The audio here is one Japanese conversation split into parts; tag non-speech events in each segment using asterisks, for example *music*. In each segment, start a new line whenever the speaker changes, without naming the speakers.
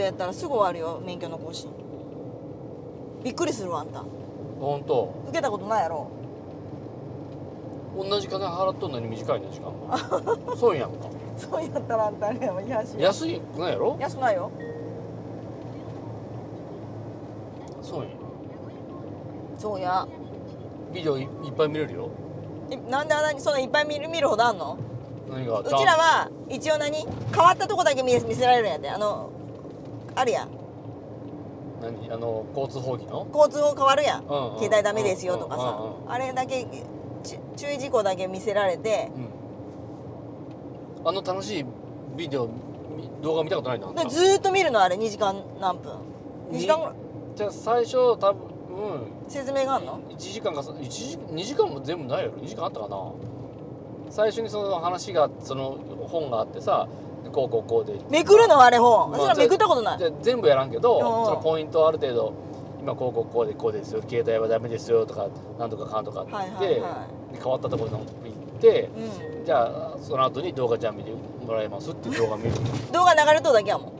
やったらすぐ終わるよ免許の更新びっくりするわあんた
本当
受けたことないやろ
同じ金払っとんのに短いの時間がそうやんか
そうやったらあんたあれやもん癒やし
安いくないやろ
安くないよ
そうやん
そうや
ビデオいいっぱい見れるよ
いなんであんなにそんないっぱい見る見るほどあんの
何が
うちらは一応何変わったとこだけ見見せられるんやであのあるやん
何あの交通法規の
交通法変わるやん、
うんうん
携帯ダメですよとかさ、
うんうんうん
あれだけち注意事項だけ見せられて
うんあの楽しいビデオみ動画見たことないなあん
で
た
ずーっと見るのあれ2時間何分2時間ぐらい
にじゃあ最初多分
説明があんの
1時間か1時2時間も全部ないやろ2時間あったかな最初にその話がその本があってさこうこうこうで
めくるのあれ本
まあ
私らめくったことない
じゃあ全部やらんけど
うんうん
そのポイントをある程度今こうこうこうでこうですよ携帯はダメですよとかなんとかかんとかって言って、
はいはいは
で変わったところに行って
うん
じゃあその後に動画ちゃん見てもらえますっていう動画見る
動画流れとるだけやもん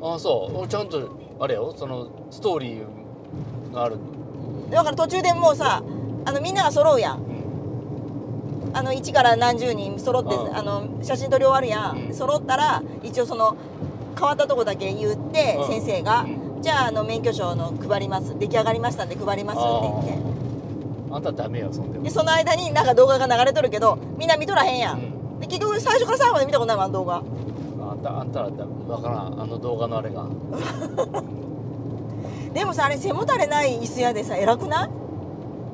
ああそう俺ちゃんとあれよそのストーリーがある、
だから途中でもうさあのみんなが揃うやん
うん
あの1から何十人揃って
うん
あの写真撮り終わるやん、
うん
揃ったら一応その変わったとこだけ言って、
うん
先生が、
う
じゃああの免許証の配ります出来上がりましたんで配りますって言って
あんたダメよそんでも
でその間になんか動画が流れとるけどみんな見とらへんや、
うんん
で結局最初から最後まで見たことないもんあの動画
あんたあんたらだわからんあの動画のあれが
でもさあれ背もたれない椅子屋でさ偉くない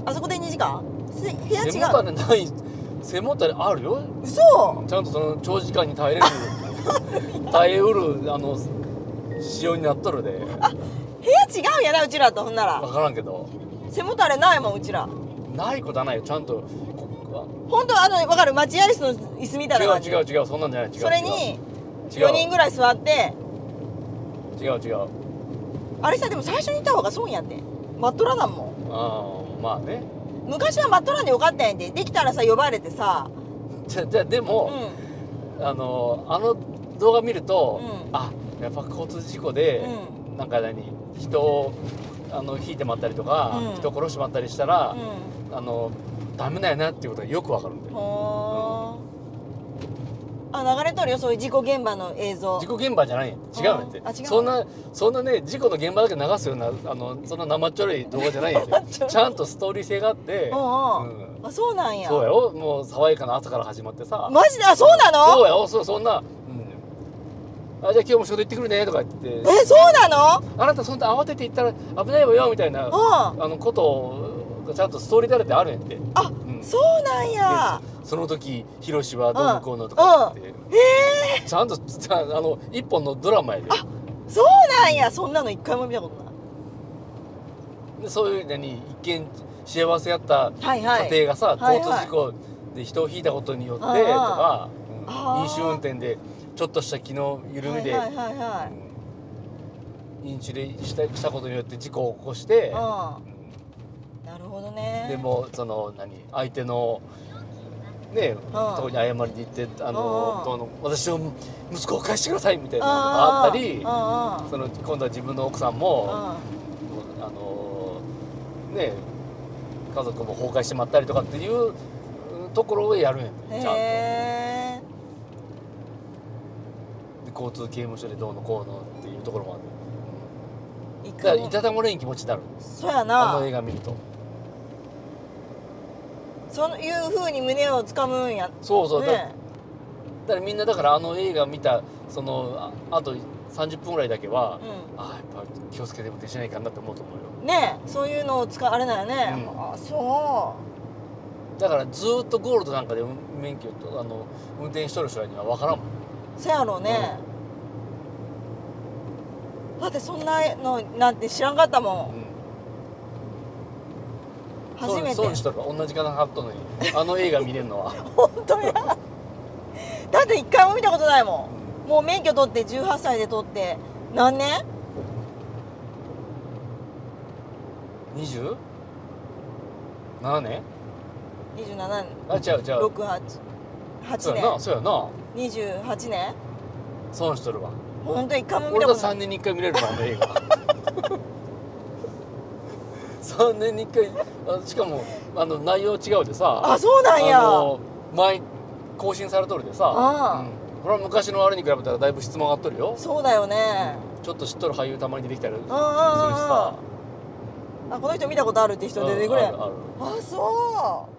あそこで2時間せ部屋違
背もた
う
れない背もたれあるよ
嘘
ちゃんとその長時間に耐えれる
*laughs*
耐えうるあの仕様になっとるで
部屋違うんやなうちらとほんなら
分からんけど
背もたれないもんうちら
ないことはないよちゃんとここ
本当あの分かる待合室の椅子みたいな
あ
感
違
じ
う違う違うそんなんじゃない違う
それに
違う
4人ぐらい座って
違う違う
あれさでも最初に行った方が損やって待っとらなんも
ああまあね
ん昔は待っとらんでよかったんやでできたらさ呼ばれてさ
じゃじゃで
う
も、
ん
あのあの動画見ると、
うん
あやっぱ交通事故で、なんか何人をあの引いてまったりとか、
うん
人殺してまったりしたら
う、ん
あのダメだよなっていうことがよくわかるんだよ
ほーあ流れとるよそういう事故現場の映像
事故現場じゃないんやって違うんやって
あ違うの
そんなそんなね事故の現場だけ流すようなあのそんな生っちょろい動画じゃないん
*laughs*
や
生っ
で
ちょろい
ちゃんとストーリー性があって、
うんうん
うん
あそうなんや
そうやろもう爽やかな朝から始まってさ
マジであそうな
そう
の
やろそうそんな、うん、あじゃあ今日も仕事行ってくるねとか言って
えそうなの
あなたそんな慌てて行ったら危ないわよみたいな
うん
あのことがちゃんとストーリーだらてあるんやって
あ
うん
そうなんや
その時ヒロシはどうのこうのとか言って、
え
ちゃんとちゃあの一本のドラマやで
ー、そうなんやそんなの一回も見たことない
でそういう何一見幸せやった
はいはい
家庭がさ、
はいはい
交通事故で人を引いたことによってと
ああ
か、
あ
うん
あ
飲酒運転でちょっとした気の緩みで、
はいはいはいは
うん飲酒でしたしたことによって事故を起こして、
いうんなるほどね
でもその何相手のねとこに謝りに行ってあ
う
の
ん
どうの私を息子を返してくださいみたいなのが
あ
あったり
あ
その今度は自分の奥さんもあのね家族も崩壊してまったりとかっていうところをやるんや
へ
ちゃんとで
え
交通刑務所でどうのこうのっていうところもある
一
だ
回
からい
も
たたまれん気持ちになる
そうや
あ
な
の映画見ると
そういうふうに胸をつかむんや
そうそう、だ
ね
だからみんなだからあの映画見たそのああと30分ぐらいだけは、
う
ああやっぱ気をつけて運転しないかんなって思うと思うよ
んねそういうのを使われないよね、
うん
あそ
だからずーっとゴールドなんかで運免許とあの運転しとる人らには分からんもん
うそやろうね、だってそんなのなんて知らんかったもん、初めて
そうしとるわ同じ金払っとんのにあの映画見れるのは
本当やだって一回も見たことないもんもう免許取って18歳で取って何年
27年
?27
あ違う違う
6 8
そ
8
うやな
年
そうやな
28年
損しとるわ
本当に一回も見
俺
た
が
ことな
3
い
年に1回見れるもんあの映画 *laughs* 3年に1回あしかもあの内容違うでさ
あそうなんや
あの前更新されとるでさ
ああ
うんこれは昔のあれに比べたらだいぶ質問上がっとるよ
そうだよね
ちょっと知っとる俳優たまに出てきたりするし
うんうんうんうん
さ
あこの人見たことあるって人出てくれ
うんあるある
あそう